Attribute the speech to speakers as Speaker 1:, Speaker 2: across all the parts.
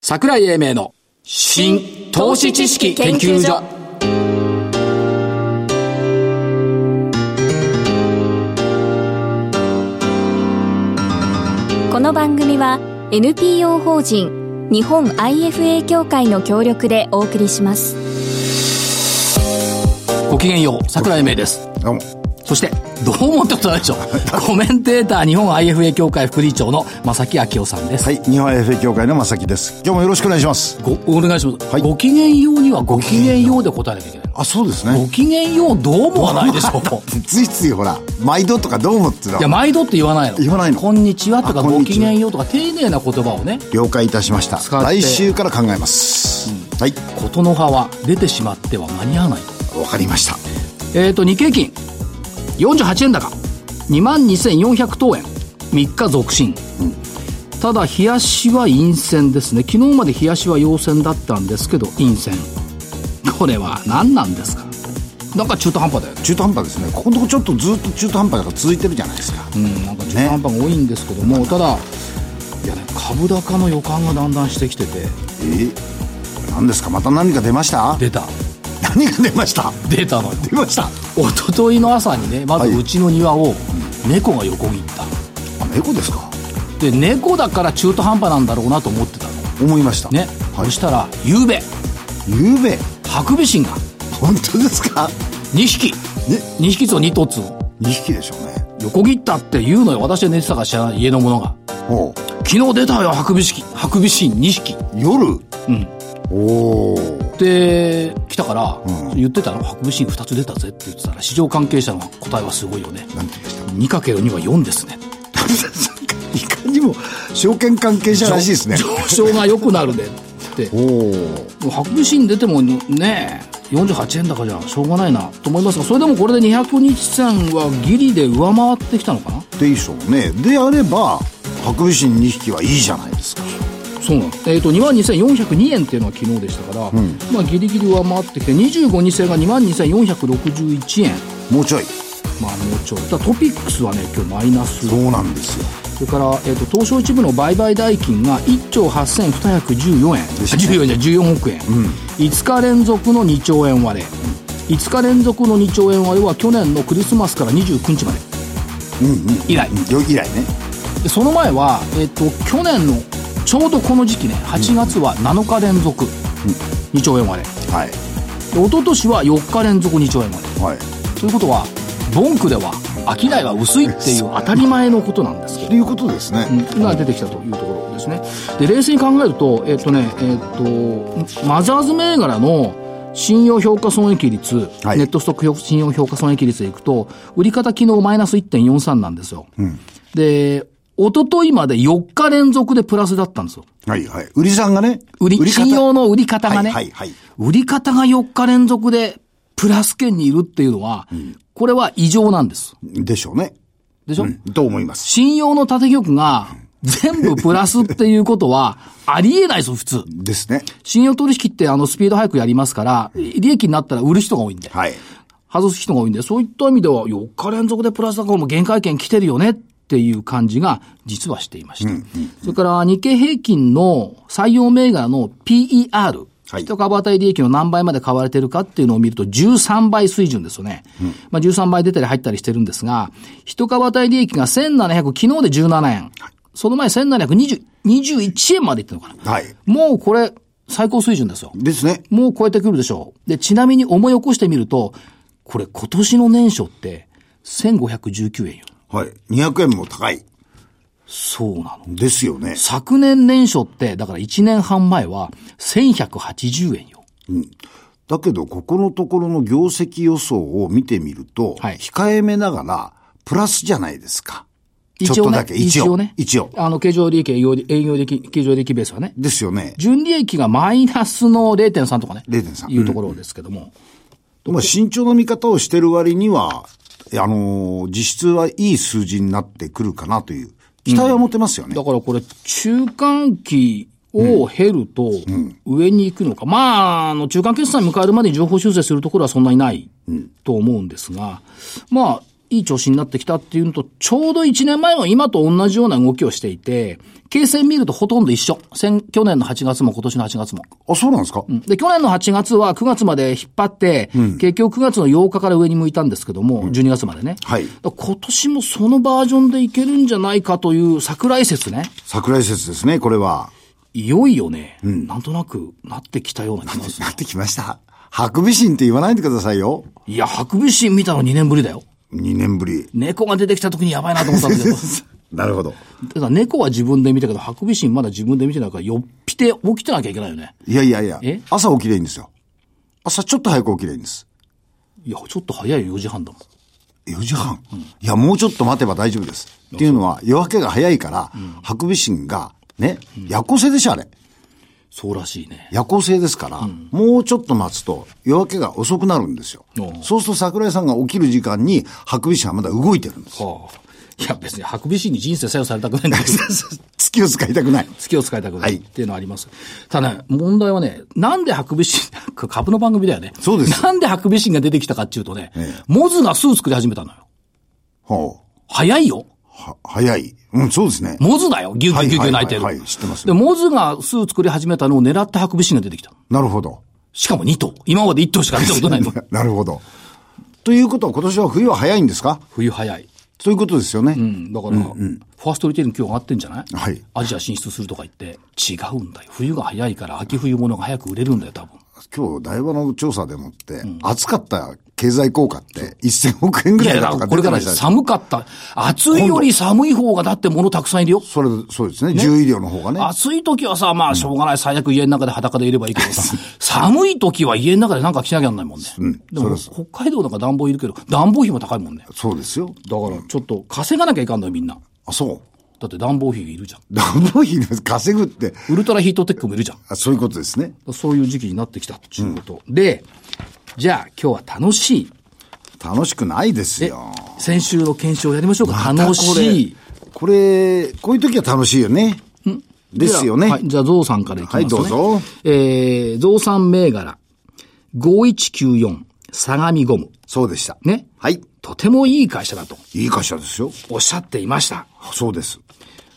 Speaker 1: 桜井英明の新投資知識研究所
Speaker 2: この番組は NPO 法人日本 IFA 協会の協力でお送りします
Speaker 1: ごきげんよう桜井英明です
Speaker 3: どうも。
Speaker 1: そしてどうもってことない でしょコメンテーター日本 IFA 協会副理事長の正木昭夫さんです、
Speaker 3: はい、日本 FA 協会の正木です。今日もよろしくお願いします。
Speaker 1: ごお願いします、
Speaker 3: はい
Speaker 1: ごきげんようにはごきげんようで答えなきゃいけないの
Speaker 3: あ、そうです
Speaker 1: ご。きげんようどうもはないでしょ
Speaker 3: ついついほら、毎度とかどうもっての
Speaker 1: いや
Speaker 3: は
Speaker 1: 毎度って言わないの
Speaker 3: 言わないの
Speaker 1: こんにちはとか
Speaker 3: あこん
Speaker 1: ご
Speaker 3: にちは
Speaker 1: きげんようとか丁寧な言葉をね
Speaker 3: 了解いたしました。
Speaker 1: って
Speaker 3: 来週から考えます。はい、
Speaker 1: ことの葉は出てしまっては間に合わないと
Speaker 3: わかりました。
Speaker 1: えー、と日経平均48円高22,400等円3日続伸、ただ冷やしは陰線ですね昨日まで冷やしは陽線だったんですけど陰線これは何なんですかなんか中途半端だよね
Speaker 3: 中途半端ですね。ここのとこちょっとずっと中途半端が続いてるじゃないですか。
Speaker 1: うんなんか中途半端が多いんですけども、ただいやね株高の予感がだんだんしてきてて
Speaker 3: え何ですかまた何か出ました
Speaker 1: 出た
Speaker 3: 何が出ました
Speaker 1: 出たのよ
Speaker 3: 出ました。
Speaker 1: 一昨日の朝にねまずうちの庭を猫が横切った、
Speaker 3: あ、猫ですか
Speaker 1: で猫だから中途半端なんだろうなと思ってたの
Speaker 3: 思いました。
Speaker 1: ね、
Speaker 3: はい
Speaker 1: そしたら昨べ
Speaker 3: ゆうべ、
Speaker 1: ハクビシンが
Speaker 3: 本当ですか
Speaker 1: 2匹
Speaker 3: ね、
Speaker 1: 2匹と2つを
Speaker 3: 2匹でしょうね。
Speaker 1: 横切ったって言うのよ私は寝てたから知らない家の者が
Speaker 3: おう
Speaker 1: 昨日出たよハクビシンハクビシン2匹
Speaker 3: 夜
Speaker 1: うん
Speaker 3: おお。
Speaker 1: で来たから、
Speaker 3: うん
Speaker 1: 言ってたのハクビシン2つ出たぜって言ってたら市場関係者の答えはすごいよね
Speaker 3: なんて言いました
Speaker 1: 2×2 は4ですね
Speaker 3: いかにも証券関係者らしいです ね。
Speaker 1: 上昇が良くなるねって
Speaker 3: おお。
Speaker 1: ハクビシン出てもね48円高じゃしょうがないなと思いますがそれでもこれで200日線はギリで上回ってきたのかな
Speaker 3: でしょうね。であれば、ハクビシン2匹はいいじゃないですか。
Speaker 1: そうなんです、えー、と2万2402円っていうのは昨日でしたから、まあ、ギリギリ上回ってきて25日線が2万2461円
Speaker 3: もうちょい。
Speaker 1: まあもうちょいただトピックスはね今日マイナス
Speaker 3: そうなんですよ。
Speaker 1: それから、えー、と東証一部の売買代金が1兆8214円
Speaker 3: ですね
Speaker 1: 14じゃ14億円、5日連続の2兆円割れ5日連続の2兆円割れは去年のクリスマスから29日まで
Speaker 3: うんうん。
Speaker 1: 以来
Speaker 3: うん以来ね。
Speaker 1: でその前は、えっと去年のちょうどこの時期ね8月は7日連続2兆円割れ
Speaker 3: はい。
Speaker 1: で一昨年は4日連続2兆円割れ
Speaker 3: はい。
Speaker 1: ということはボンクでは商いは薄いっていう当たり前のことなんですけど
Speaker 3: ということですね。
Speaker 1: が出てきたというところですね。で、冷静に考えると、えっ、とね、えっ、と、マザーズ銘柄の信用評価損益率、
Speaker 3: はい
Speaker 1: ネットストック信用評価損益率でいくと、売り方昨日マイナス1.43なんですよ。で、一昨日まで4日連続でプラスだったんですよ。
Speaker 3: はいはい。売りさんがね。
Speaker 1: 売り、
Speaker 3: 方
Speaker 1: 信用の売り方がね、
Speaker 3: はいはいはい
Speaker 1: 売り方が4日連続でプラス圏にいるっていうのは、これは異常なんです。
Speaker 3: でしょうね。
Speaker 1: でしょ、
Speaker 3: うん。と思います。
Speaker 1: 信用の縦玉が全部プラスっていうことはありえないですよ、普通。
Speaker 3: ですね。
Speaker 1: 信用取引ってあのスピード早くやりますから、利益になったら売る人が多いんで、
Speaker 3: はい。
Speaker 1: 外す人が多いんで、そういった意味では4日連続でプラスだからもう限界圏来てるよねっていう感じが実はしていました。それから日経平均の採用銘柄の PER。
Speaker 3: はい
Speaker 1: 一株当たり利益の何倍まで買われてるかっていうのを見ると13倍水準ですよね。まあ13倍出たり入ったりしてるんですが、一株当たり利益が1700、昨日で17円。その前1720、21円までいってるのかな。
Speaker 3: はい。
Speaker 1: もうこれ最高水準ですよ。
Speaker 3: ですね。
Speaker 1: もう超えてくるでしょう。で、ちなみに思い起こしてみると、これ今年の年初って、1519円よ。
Speaker 3: はい。200円も高い。
Speaker 1: そうなの。
Speaker 3: ですよね。
Speaker 1: 昨年年初って、だから1年半前は、1180円よ。
Speaker 3: だけど、ここのところの業績予想を見てみると、
Speaker 1: はい
Speaker 3: 控えめながら、プラスじゃないですか。ち
Speaker 1: 一
Speaker 3: ょ
Speaker 1: 応
Speaker 3: っと
Speaker 1: ね
Speaker 3: だけ、一応。
Speaker 1: 一応ね。
Speaker 3: 一応。
Speaker 1: あの、経常利益、営業利営業利益、経常利益ベースはね。
Speaker 3: ですよね。
Speaker 1: 純利益がマイナスの0.3とかね。
Speaker 3: 0.3
Speaker 1: いうところですけども。
Speaker 3: まあ、慎重な見方をしてる割には、あのー実質はいい数字になってくるかなという、期待は持てますよね。
Speaker 1: だからこれ、中間期を経ると、上に行くのか。まあ、あの、中間決算迎えるまでに情報修正するところはそんなにないと思うんですが、まあ、いい調子になってきたっていうのと、ちょうど1年前の今と同じような動きをしていて、経線見るとほとんど一緒。先去年の8月も今年の8月も。
Speaker 3: あ、そうなんですか、
Speaker 1: で、去年の8月は9月まで引っ張って、結局9月の8日から上に向いたんですけども、12月までね。
Speaker 3: はい
Speaker 1: だから今年もそのバージョンでいけるんじゃないかという桜井説ね。
Speaker 3: 桜井説ですね、これは。
Speaker 1: いよいよね、なんとなくなってきたような気がする
Speaker 3: な。ってきました。ハクビシンって言わないでくださいよ。
Speaker 1: いや、ハクビシン見たの2年ぶりだよ。
Speaker 3: 2年ぶり。
Speaker 1: 猫が出てきた時にやばいなと思ったんだけ ど。
Speaker 3: なるほど。
Speaker 1: だから猫は自分で見たけど、ハクビシンまだ自分で見てないから、よっぴて起きてなきゃいけないよね。
Speaker 3: いやいやいや
Speaker 1: え、
Speaker 3: 朝起きれいいんですよ。朝ちょっと早く起きれいいんです。
Speaker 1: いや、ちょっと早いよ、4時半だもん。
Speaker 3: 4時半、いや、もうちょっと待てば大丈夫です。っていうのは、夜明けが早いから、ハクビシンが、ね、夜行性でしょ、あれ。
Speaker 1: そうらしいね。
Speaker 3: 夜行性ですから、もうちょっと待つと、夜明けが遅くなるんですよ
Speaker 1: お。う
Speaker 3: そうすると桜井さんが起きる時間に、ハクビシンはまだ動いてるんです。
Speaker 1: はあ。いや、別にハクビシンに人生左右されたくないん だけど。
Speaker 3: 月を使いたくない。
Speaker 1: 月を使いたくな
Speaker 3: はい
Speaker 1: いっていうのはあります。ただね、問題はね、なんでハクビシン、これ株の番組だよね。
Speaker 3: そうですよ
Speaker 1: なんでハクビシンが出てきたかっていうとね、
Speaker 3: ええ
Speaker 1: モズが巣作り始めたのよ。
Speaker 3: ほう。
Speaker 1: 早いよ。
Speaker 3: は、早い。うん、そうですね。
Speaker 1: モズだよ。ギュギュギュギュ鳴いてる。
Speaker 3: はいはいはいはい知ってます
Speaker 1: で、モズが巣作り始めたのを狙ってハクビシンが出てきた。
Speaker 3: なるほど。
Speaker 1: しかも2頭。今まで1頭しか見たこと ないの。
Speaker 3: なるほど。ということは、今年は冬は早いんですか
Speaker 1: 冬早い。
Speaker 3: ということですよね。
Speaker 1: うん、だから、ファーストリテイリング今日上がってんじゃない、
Speaker 3: はい
Speaker 1: アジア進出するとか言って、違うんだよ。冬が早いから秋冬物が早く売れるんだよ、多分。
Speaker 3: 今日、台場の調査でもって、暑かった経済効果って1000億円ぐらいだとか
Speaker 1: これか
Speaker 3: 出て
Speaker 1: ら
Speaker 3: ましたね
Speaker 1: 寒かった。暑いより寒い方がだって物たくさんいるよ。
Speaker 3: それ、そうですね。重医療の方がね。
Speaker 1: 暑い時はさ、まあ、しょうがない。最悪家の中で裸でいればいいけど さ、寒い時は家の中でなんか着なきゃなんないもんね。でも、北海道なんか暖房いるけど、暖房費も高いもんね。だか
Speaker 3: そうですよ。
Speaker 1: ら、ちょっと稼がなきゃいかんのよ、みんな。
Speaker 3: あ、そう。
Speaker 1: だって暖房費いるじゃん。
Speaker 3: 暖房費で稼ぐって、
Speaker 1: ウルトラヒートテックもいるじゃん。
Speaker 3: あそういうことですね。
Speaker 1: そういう時期になってきたっていうこと。で、じゃあ今日は楽しい。
Speaker 3: 楽しくないです
Speaker 1: え
Speaker 3: よ。
Speaker 1: 先週の検証やりましょうか。
Speaker 3: また
Speaker 1: 楽
Speaker 3: これ
Speaker 1: しい。。
Speaker 3: これ、こういう時は楽しいよね。ですよね。
Speaker 1: はい、じゃあゾウさんからいきますね。
Speaker 3: はいどうぞ。
Speaker 1: えー、ゾウさん銘柄。5194、相模ゴム。
Speaker 3: そうでした。
Speaker 1: ね。
Speaker 3: はい。
Speaker 1: とてもいい会社だと
Speaker 3: いい会社ですよ。
Speaker 1: おっしゃっていました。
Speaker 3: そうです。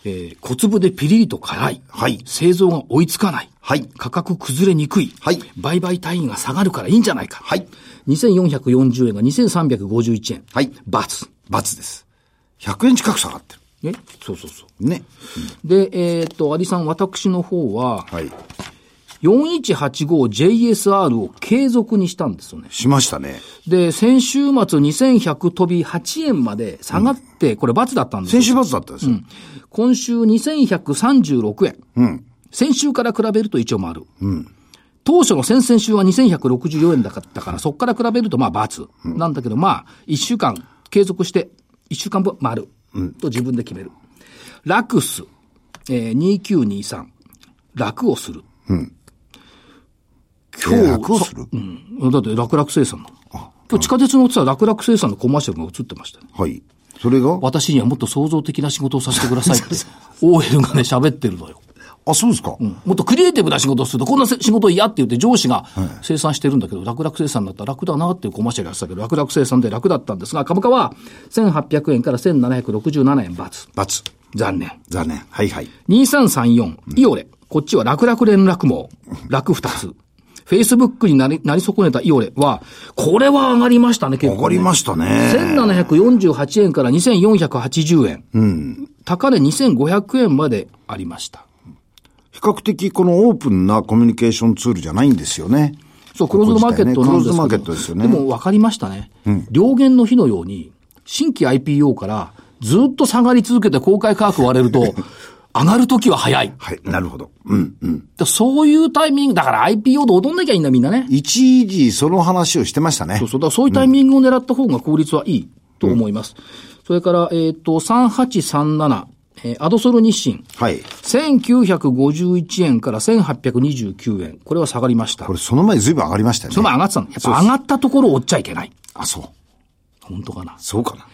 Speaker 1: えー、小粒でピリリと辛い。
Speaker 3: はい
Speaker 1: 製造が追いつかない。
Speaker 3: はい
Speaker 1: 価格崩れにくい。
Speaker 3: はい
Speaker 1: 売買単位が下がるからいいんじゃないか。
Speaker 3: はい。
Speaker 1: 2440円が2351円。
Speaker 3: はい
Speaker 1: 罰。
Speaker 3: 罰です。100円近く下がって
Speaker 1: ね。そうそうそう。
Speaker 3: る。ね。
Speaker 1: で、えーっと、アリさん、私の方は、
Speaker 3: はい。
Speaker 1: 4185JSR を継続にしたんですよね。
Speaker 3: しましたね。
Speaker 1: で、先週末2100飛び8円まで下がって、これ罰だったんですよ
Speaker 3: 先週罰だったんですよ。
Speaker 1: 今週2136円。先週から比べると一応丸。当初の先々週は2164円だったから、そこから比べるとまあ×。なんだけどまあ、1週間継続して、1週間分丸。と自分で決める。ラクス、えー、2923。楽をする。
Speaker 3: 今日、楽をする
Speaker 1: うんだって楽々生産の。今日地下鉄に乗ってたら楽々生産のコマーシャルが映ってましたね。
Speaker 3: はい。それが
Speaker 1: 私にはもっと創造的な仕事をさせてくださいって、OL がね、喋ってるのよ。
Speaker 3: あ、そうですか。
Speaker 1: もっとクリエイティブな仕事をすると、こんなせ仕事嫌って言って上司が生産してるんだけど、楽々生産だったら楽だなっていうコマーシャルやってたけど、楽々生産で楽だったんですが、株価は1800円から1767円罰。
Speaker 3: 罰。
Speaker 1: 残念。
Speaker 3: 残念。はいはい。
Speaker 1: 2334、イオレ。こっちは楽々連絡網。楽二つ。Facebook になり、なり損ねたイオレは、これは上がりましたね、結構、
Speaker 3: 上がりましたね。
Speaker 1: 1748円から2480円。高値2500円までありました。
Speaker 3: 比較的このオープンなコミュニケーションツールじゃないんですよね。
Speaker 1: そう、クローズドマーケットなんですけど。
Speaker 3: ここ自体ねクローズドマーケットですよ
Speaker 1: で
Speaker 3: ね。
Speaker 1: も分かりましたね。両元の日のように、新規 IPO からずっと下がり続けて公開価格を割れる と、上がるときは早い。
Speaker 3: はい、なるほど。うん、うん。
Speaker 1: だそういうタイミング、だから IPO で踊んなきゃいいんだ、みんなね。
Speaker 3: 一時その話をしてましたね。
Speaker 1: そうそう。だからそういうタイミングを狙った方が効率はいいと思います。それから、えっ、と、3837、えーアドソル日清。
Speaker 3: はい。
Speaker 1: 1951円から1829円。これは下がりました
Speaker 3: こ。れその前ずいぶん上がりましたよね。
Speaker 1: その前上がってたの。やっぱ上がったところを追っちゃいけない。
Speaker 3: あ、そう。
Speaker 1: 本当かな。
Speaker 3: そうかな。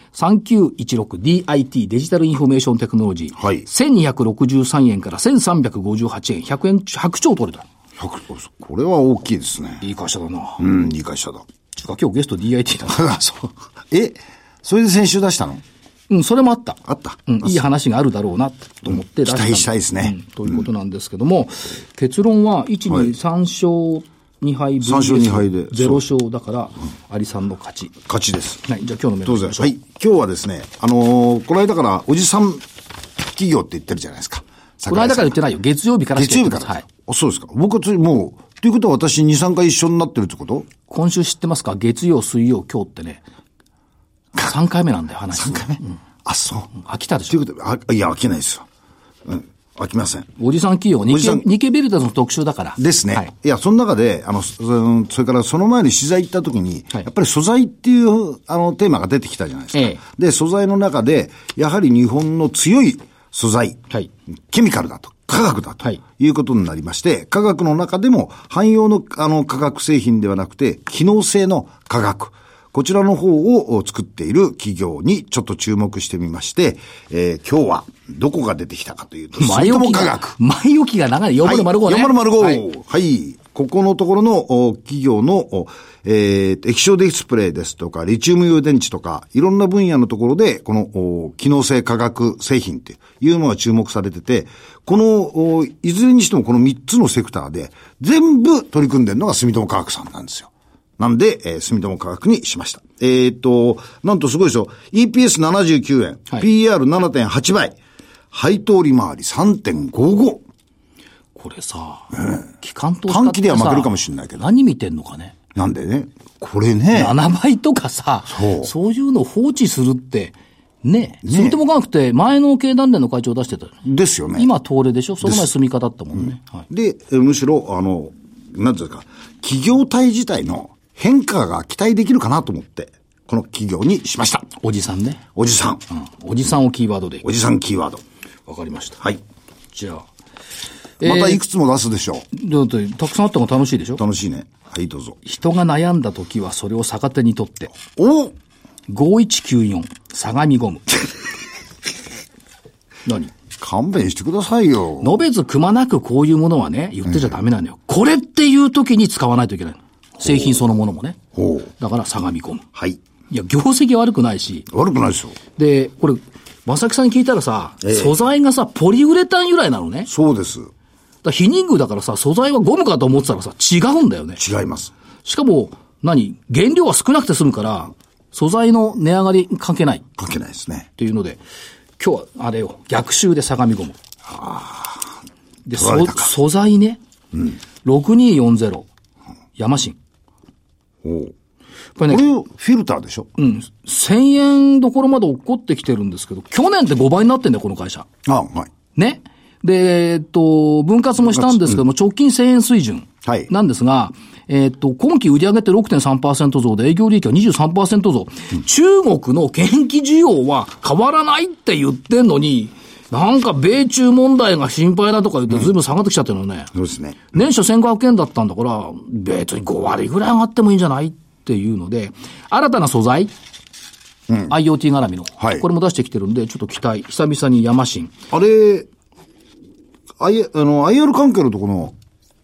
Speaker 1: 3916DIT デジタルインフォメーションテクノロジー。
Speaker 3: はい
Speaker 1: 1263円から1358円。100円、100兆取れた。
Speaker 3: 100これは大きいですね。
Speaker 1: いい会社だな。
Speaker 3: うん、いい会社だ。
Speaker 1: ちゅうか今日ゲスト DIT だな。
Speaker 3: あ、そう。え、それで先週出したの
Speaker 1: うん、それもあった。
Speaker 3: あった
Speaker 1: うん、いい話があるだろうな、と思って出したんだ、
Speaker 3: 期待したいですね
Speaker 1: うんということなんですけども、結論は、1、
Speaker 3: はい
Speaker 1: 2、3勝2敗分
Speaker 3: 三勝二敗で
Speaker 1: 0勝だから、アリさんの勝ち。
Speaker 3: 勝ちです。
Speaker 1: はい、じゃあ今日のメール
Speaker 3: どうぞ。はい。今日はですね、あのーこの間からおじさん企業って言ってるじゃないですか。
Speaker 1: この間から言って
Speaker 3: な
Speaker 1: な
Speaker 3: い
Speaker 1: いよ。月曜日からし
Speaker 3: 月曜日か
Speaker 1: 言
Speaker 3: ら
Speaker 1: ってますは
Speaker 3: ですか、
Speaker 1: い。
Speaker 3: あそうですか。僕はついもう、ということは私2、3回一緒になってるってこと
Speaker 1: 今週知ってますか月曜、水曜、今日ってね、3回目なんだよ、話。3回目、うん、
Speaker 3: あ、そう。
Speaker 1: 飽きたでし
Speaker 3: とい
Speaker 1: ょ。
Speaker 3: うことで、あいや、飽きないですよ。うん。飽きません。
Speaker 1: おじさん企業、ニ
Speaker 3: おじさん
Speaker 1: ケニケベルダの特集だから。
Speaker 3: ですね。
Speaker 1: はいい、
Speaker 3: や、その中で、あの、そそそれからその前に取材行った時に、
Speaker 1: はい
Speaker 3: やっぱり素材っていう、あの、テーマが出てきたじゃないですか。
Speaker 1: ええ
Speaker 3: で、素材の中で、やはり日本の強い素材、
Speaker 1: はい
Speaker 3: ケミカルだと、科学だと、
Speaker 1: はい
Speaker 3: い、うことになりまして、科学の中でも、汎用の、あの、科学製品ではなくて、機能性の科学。こちらの方をお作っている企業にちょっと注目してみまして、えー今日はどこが出てきたかというと、
Speaker 1: 前置
Speaker 3: も
Speaker 1: き
Speaker 3: 科
Speaker 1: が
Speaker 3: 学。、
Speaker 1: 前置きが長い。4 0 0 5ね。
Speaker 3: はい、4005。はい。ここのところのお企業の、おえー、液晶ディスプレイですとか、リチウム用電池とか、いろんな分野のところで、この、お機能性化学製品っていうのが注目されてて、この、おいずれにしてもこの3つのセクターで、全部取り組んでるのが住友科学さんなんですよ。なんで、えー、住友科学にしました。えーっと、なんとすごいですよ。EPS79 円、
Speaker 1: はい
Speaker 3: PR7.8 倍、配当利回り3.55。
Speaker 1: これさ、機関投資
Speaker 3: 短期では負けるかもしれないけど
Speaker 1: 何見てんのかね。
Speaker 3: なんでね、これね、
Speaker 1: 7倍とかさ、
Speaker 3: そ
Speaker 1: そうういうのを放置するって、ねえ。住友科学って前の経団連の会長出してたよね。
Speaker 3: ですよね。
Speaker 1: 今、東レでしょその前住み方だったもんね。はい。
Speaker 3: で、えむしろ、あの、なんていうか、企業体自体の変化が期待できるかなと思って、この企業にしました。
Speaker 1: おじさんね。
Speaker 3: おじさん。
Speaker 1: うんおじさんをキーワードで。
Speaker 3: おじさんキーワード。
Speaker 1: わかりました。
Speaker 3: はい。
Speaker 1: じゃあ。
Speaker 3: またい
Speaker 1: く
Speaker 3: くつも出すでしょう。
Speaker 1: だって、たくさんあったの楽しいでしょ
Speaker 3: 楽しいね。はい、どうぞ。
Speaker 1: 人が悩んだ時はそれを逆手にとって。
Speaker 3: お
Speaker 1: 5194、相模ゴム。 何
Speaker 3: 勘弁してくださいよ。
Speaker 1: 述べずくまなくこういうものはね、言ってちゃダメなのよ。これっていう時に使わないといけないの。製品そのものもね。
Speaker 3: ほう。
Speaker 1: だから相模ゴム。
Speaker 3: はい。
Speaker 1: いや、業績悪くないし。
Speaker 3: 悪くないですよ。
Speaker 1: で、これ、正木さんに聞いたらさ、
Speaker 3: ええ
Speaker 1: 素材がさ、ポリウレタン由来なのね。
Speaker 3: そうです。
Speaker 1: だから非人具だからさ、素材はゴムかと思ってたらさ、違うんだよね。
Speaker 3: 違います。
Speaker 1: しかも、何原料は少なくて済むから、素材の値上がり関係ないっ
Speaker 3: 関係ないですね。
Speaker 1: ていうので、今日はあれよ、逆襲で相模ゴム。で、
Speaker 3: 取られ
Speaker 1: そ
Speaker 3: たか
Speaker 1: 素材ね、6240、ヤマシン。
Speaker 3: おう
Speaker 1: これ
Speaker 3: こ
Speaker 1: ね、
Speaker 3: れをフィルターでしょ。うん。
Speaker 1: 1000円どころまで落っこってきてるんですけど、去年って5倍になってんだよ、この会社。
Speaker 3: あ、はい。
Speaker 1: ね。で、えっと、分割もしたんですけども、直近1000円水準
Speaker 3: はい
Speaker 1: なんですが、えっと、今期売上って6.3%増で営業利益は23%増。中国の研究需要は変わらないって言ってんのに、なんか米中問題が心配だとか言って随分下がってきちゃってるのね。
Speaker 3: そうですね。
Speaker 1: 年初1500円だったんだから、別に5割ぐらい上がってもいいんじゃないっていうので、新たな素材、IoT 絡みの、
Speaker 3: はい
Speaker 1: これも出してきてるんで、ちょっと期待。久々にヤマシン。
Speaker 3: あれ、I、あの、IR 関係のとこの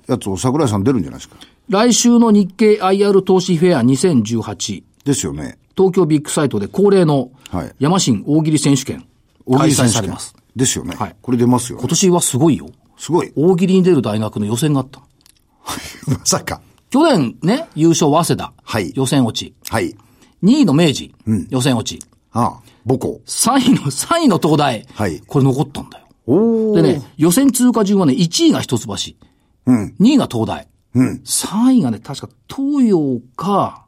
Speaker 3: やつを桜井さん出るんじゃないですか。
Speaker 1: 来週の日経 IR 投資フェア2018、
Speaker 3: ですよね。
Speaker 1: 東京ビッグサイトで恒例の
Speaker 3: はい
Speaker 1: 山新大喜利選手権開催されます。
Speaker 3: ですよね。
Speaker 1: はい
Speaker 3: これ出ますよね、
Speaker 1: 今年はすごいよ。
Speaker 3: すごい。
Speaker 1: 大喜利に出る大学の予選があった。
Speaker 3: まさか。
Speaker 1: 去年ね、優勝は早稲田。
Speaker 3: はい
Speaker 1: 予選落ち。
Speaker 3: はい。
Speaker 1: 2位の明治。予選落ち。
Speaker 3: ああ、母校。
Speaker 1: 3位の、3位の東大。
Speaker 3: はい
Speaker 1: これ残ったんだよ。
Speaker 3: お
Speaker 1: でね、予選通過順はね、1位が一橋。
Speaker 3: うん。
Speaker 1: 2位が東大。
Speaker 3: うん。
Speaker 1: 3位がね、確か東洋か、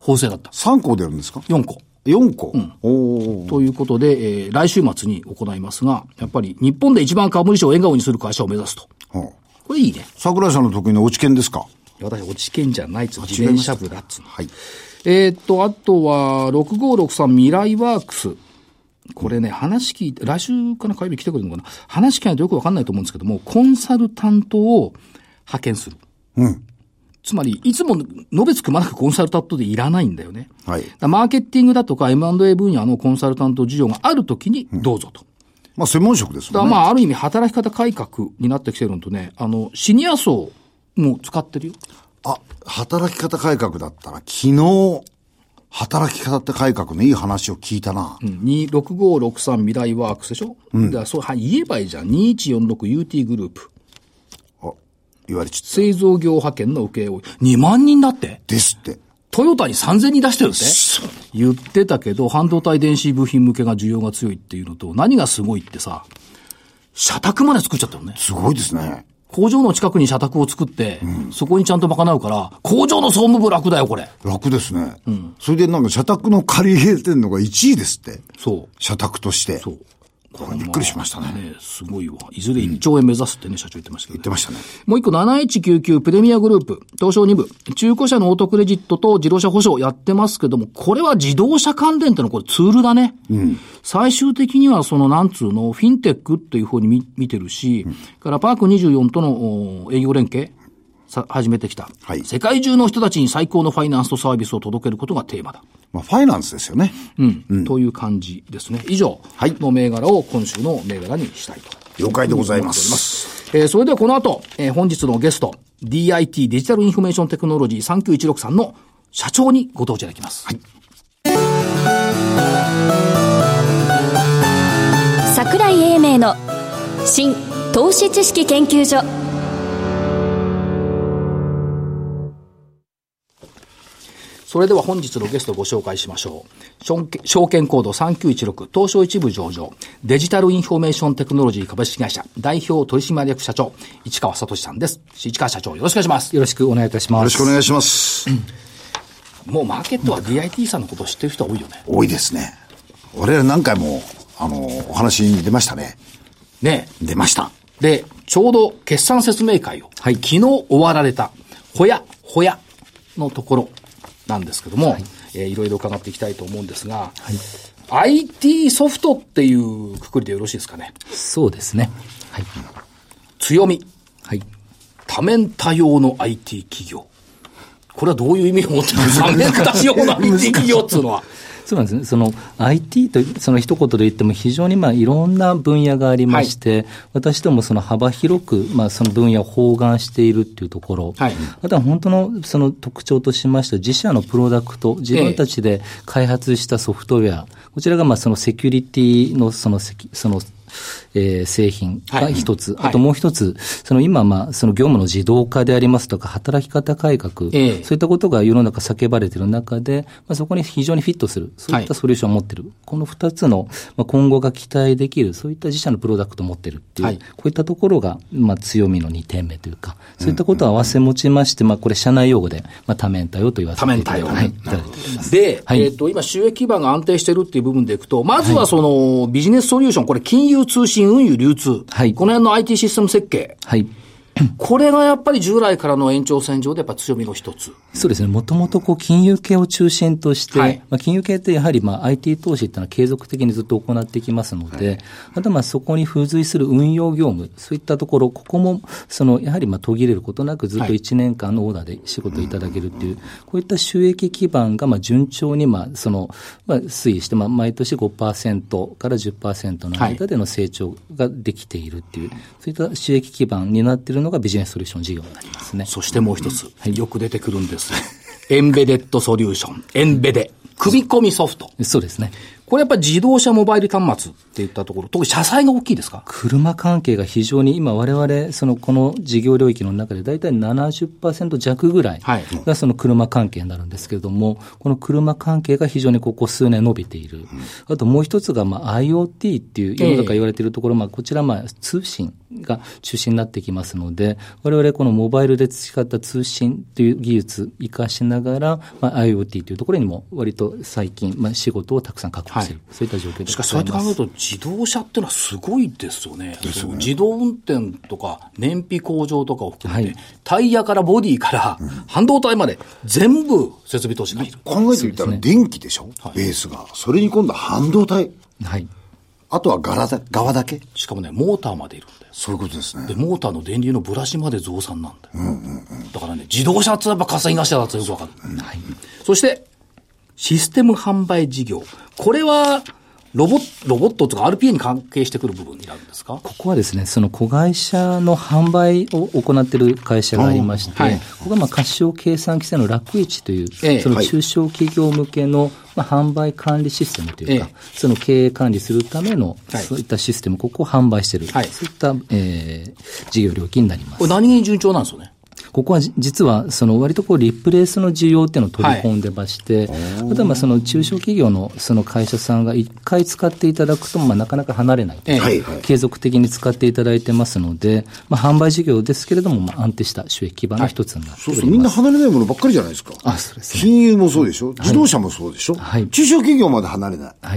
Speaker 1: 法政だった。
Speaker 3: 3校出るんですか
Speaker 1: 4個。
Speaker 3: ?4 校。おお。
Speaker 1: ということで、えー来週末に行いますが、やっぱり日本で一番株主を笑顔にする会社を目指すと。
Speaker 3: はあ
Speaker 1: これいいね。
Speaker 3: 桜井さんの得意の落ち研ですか
Speaker 1: 私、落ち券じゃないっつう自
Speaker 3: 違い
Speaker 1: 転
Speaker 3: ました
Speaker 1: 車部だっつうの。
Speaker 3: はい。
Speaker 1: えーっと、あとは、6563未来ワークス。これね、話聞いて、来週かな火曜日来てくれるのかな話聞かないとよくわかんないと思うんですけども、コンサルタントを派遣する。
Speaker 3: うん。
Speaker 1: つまり、いつも、のべつくまなくコンサルタントでいらないんだよね。
Speaker 3: はい
Speaker 1: だからマーケティングだとか M&A 分野のコンサルタント需要があるときに、どうぞと。
Speaker 3: まあ、専門職です
Speaker 1: だか
Speaker 3: もん
Speaker 1: ら
Speaker 3: ね。
Speaker 1: まあ、ある意味、働き方改革になってきてるのとね、あの、シニア層も使ってるよ。
Speaker 3: あ、働き方改革だったら、昨日、働き方改革のいい話を聞いたな。
Speaker 1: うん、2 6563未来ワークスでしょ、だからそう、はい、言えばいいじゃん。2146UT グループ。
Speaker 3: あ、言われちゃっ
Speaker 1: 製造業派遣の請負。2万人だって
Speaker 3: た。ですって。
Speaker 1: トヨタに3000人出してるって言ってたけど、半導体電子部品向けが需要が強いっていうのと、何がすごいってさ、社宅まで作っちゃったよね。
Speaker 3: すごいですね。
Speaker 1: 工場の近くに社宅を作って、そこにちゃんと賄うから、工場の総務部楽だよ、これ。
Speaker 3: 楽ですね。それでなんか社宅の借り入れてんのが1位ですって。
Speaker 1: そう。
Speaker 3: 社宅として。
Speaker 1: そう。
Speaker 3: これびっくりしましたね。
Speaker 1: ねすごいわ。いずれ1兆円目指すってね、社長言ってましたけど、
Speaker 3: 言ってましたね。
Speaker 1: もう一個7199プレミアグループ、東証2部、中古車のオートクレジットと自動車保証やってますけども、これは自動車関連ってのはこれツールだね。最終的にはそのなんつうの、フィンテックっていう方に見見てるし、からパーク24とのお営業連携さ始めてきた、
Speaker 3: はい
Speaker 1: 世界中の人たちに最高のファイナンスとサービスを届けることがテーマだ。
Speaker 3: まあ、ファイナンスですよね。
Speaker 1: うん。という感じですね。以上
Speaker 3: はい
Speaker 1: の銘柄を今週の銘柄にしたいと。
Speaker 3: 了解でございます。
Speaker 1: えーそれではこの後、えー本日のゲスト、DIT デジタルインフォメーションテクノロジー3916さんの社長にご登場いただきます。
Speaker 2: 桜井英明の新投資知識研究所
Speaker 1: それでは本日のゲストをご紹介しましょう。証券証券コード3916東証一部上場デジタルインフォメーションテクノロジー株式会社代表取締役社長市川聡さんです。市川社長よろしくお願いします。
Speaker 4: よろしくお願いいたし
Speaker 3: よ
Speaker 4: ま
Speaker 3: ろし
Speaker 4: す。
Speaker 3: くお願いします。
Speaker 1: もうマーケットは DIT さんのことを知ってる人は多いよね。
Speaker 3: 多いですね。我々何回も、あの、お話に出ましたね。
Speaker 1: ねえ
Speaker 3: 出ました。
Speaker 1: で、ちょうど決算説明会を、昨日終わられた、ほや、ほやのところなんですけども、いえーいろいろ伺っていきたいと思うんですが、IT ソフトっていうくくりでよろしいですかね。
Speaker 4: そうですね。はい。
Speaker 1: 強み、
Speaker 4: はい。
Speaker 1: 多面多様の IT 企業。これはどういう意味を持ってるんですか多面多様の IT 企業っていうのは。
Speaker 4: そうなんですね。その IT と、その一言で言っても非常にまあいろんな分野がありまして、私どもその幅広く、まあその分野を包含しているっていうところ。
Speaker 1: はい
Speaker 4: あとは本当のその特徴としまして、自社のプロダクト、自分たちで開発したソフトウェア、こちらがまあそのセキュリティのそのセキ、その、えー製品が一つ、
Speaker 1: はい
Speaker 4: あともう一つ、その今、まあ、その業務の自動化でありますとか、働き方改革、
Speaker 1: ええ
Speaker 4: そういったことが世の中叫ばれている中で、まあ、そこに非常にフィットする、そういったソリューションを持っている、この2つの、まあ、今後が期待できる、そういった自社のプロダクトを持っているっていう、
Speaker 1: はい
Speaker 4: こういったところが、まあ、強みの2点目というか、そういったことを合わせ持ちまして、まあ、これ、社内用語で、まあ、多面多様と言わせていただいて
Speaker 1: 多面多様
Speaker 4: はいいただいております。
Speaker 1: で、
Speaker 4: はい
Speaker 1: えっ、と、今、収益基盤が安定してるっていう部分でいくと、まずはその、ビジネスソリューション、これ、金融、通信、運輸、流通。
Speaker 4: はい
Speaker 1: この辺の IT システム設計。
Speaker 4: はい
Speaker 1: これがやっぱり従来からの延長線上でやっぱ強みの一つ。
Speaker 4: そうですね。もともとこう金融系を中心として、
Speaker 1: はい
Speaker 4: まあ、金融系ってやはりまあ IT 投資ってのは継続的にずっと行ってきますので、あとまあそこに付随する運用業務、そういったところ、ここも、その、やはりまあ途切れることなくずっと1年間のオーダーで仕事をいただけるっていう、こういった収益基盤がまあ順調にまあその、まあ推移して、まあ毎年5%から10%の間での成長ができているっていう、そういった収益基盤になっているのがビジネスソリューション事業になりますね。
Speaker 1: そしてもう一つ。よく出てくるんです。 エンベデッドソリューション。エンベデ。組み込みソフト。
Speaker 4: そうですね。
Speaker 1: これやっぱり自動車モバイル端末っていったところ、特に車載が大きいですか
Speaker 4: 車関係が非常に今、我々そのこの事業領域の中で大体70%弱ぐらい
Speaker 1: はい
Speaker 4: がその車関係になるんですけれども、この車関係が非常にここ数年伸びている、あともう一つがまあ IoT っていう、世の中言われているところ、まあこちらまあ通信が中心になってきますので、我々このモバイルで培った通信という技術、活かしながら、まあ、IoT というところにも割と最近、まあ、仕事をたくさん確保している、そういった状況で
Speaker 1: し
Speaker 4: ご
Speaker 1: かしそ
Speaker 4: ざ
Speaker 1: うやっ
Speaker 4: い
Speaker 1: て考
Speaker 4: ま
Speaker 1: え
Speaker 4: す
Speaker 1: ると自動車ってのはすごいですよね。そう自動運転とか燃費向上とかを含めて、
Speaker 4: はい
Speaker 1: タイヤからボディから半導体まで全部設備投資がいる。
Speaker 3: 考えてみたら電気でしょベースが。それに今度は半導体。
Speaker 4: はい
Speaker 3: あとは柄だ、側だけ。
Speaker 1: しかもね、モーターまでいるんだよ。
Speaker 3: そういうことですね
Speaker 1: で、。モーターの電流のブラシまで増産なんだよ。だからね、自動車ってやっぱ稼ぎ頭だとよくわかる。
Speaker 4: はい
Speaker 1: そして、システム販売事業。これは、ロボット、ロボットとか RPA に関係してくる部分になるんですか
Speaker 4: ここはですね、その子会社の販売を行っている会社がありまして、
Speaker 1: はい
Speaker 4: ここがまあ、貸証計算規制の楽市という、
Speaker 1: ええ
Speaker 4: その
Speaker 1: はい
Speaker 4: 中小企業向けの、まあ、販売管理システムというか、
Speaker 1: ええ
Speaker 4: その経営管理するための、
Speaker 1: はい
Speaker 4: そういったシステム、ここを販売している、
Speaker 1: はい
Speaker 4: そういった、えー事業領域になります
Speaker 1: これ。何気に順調なんですよね。
Speaker 4: ここはじ実は、その割とこうリプレイスの需要っていうのを取り込んでまして、あとはまあその中小企業のその会社さんが一回使っていただくと、まあなかなか離れないというか、
Speaker 1: はい
Speaker 3: はい
Speaker 4: 継続的に使っていただいてますので、まあ販売事業ですけれども、まあ安定した収益基盤の一つになって
Speaker 3: そ
Speaker 4: お
Speaker 3: う
Speaker 4: り
Speaker 3: そう、みん
Speaker 4: ま
Speaker 3: な
Speaker 4: す。
Speaker 3: 離れないものばっかりじゃないですか。
Speaker 4: あそうですね
Speaker 3: 金融もそうでしょ自動車もそうでしょ、
Speaker 4: はい
Speaker 3: 中小企業まで離れない。
Speaker 4: は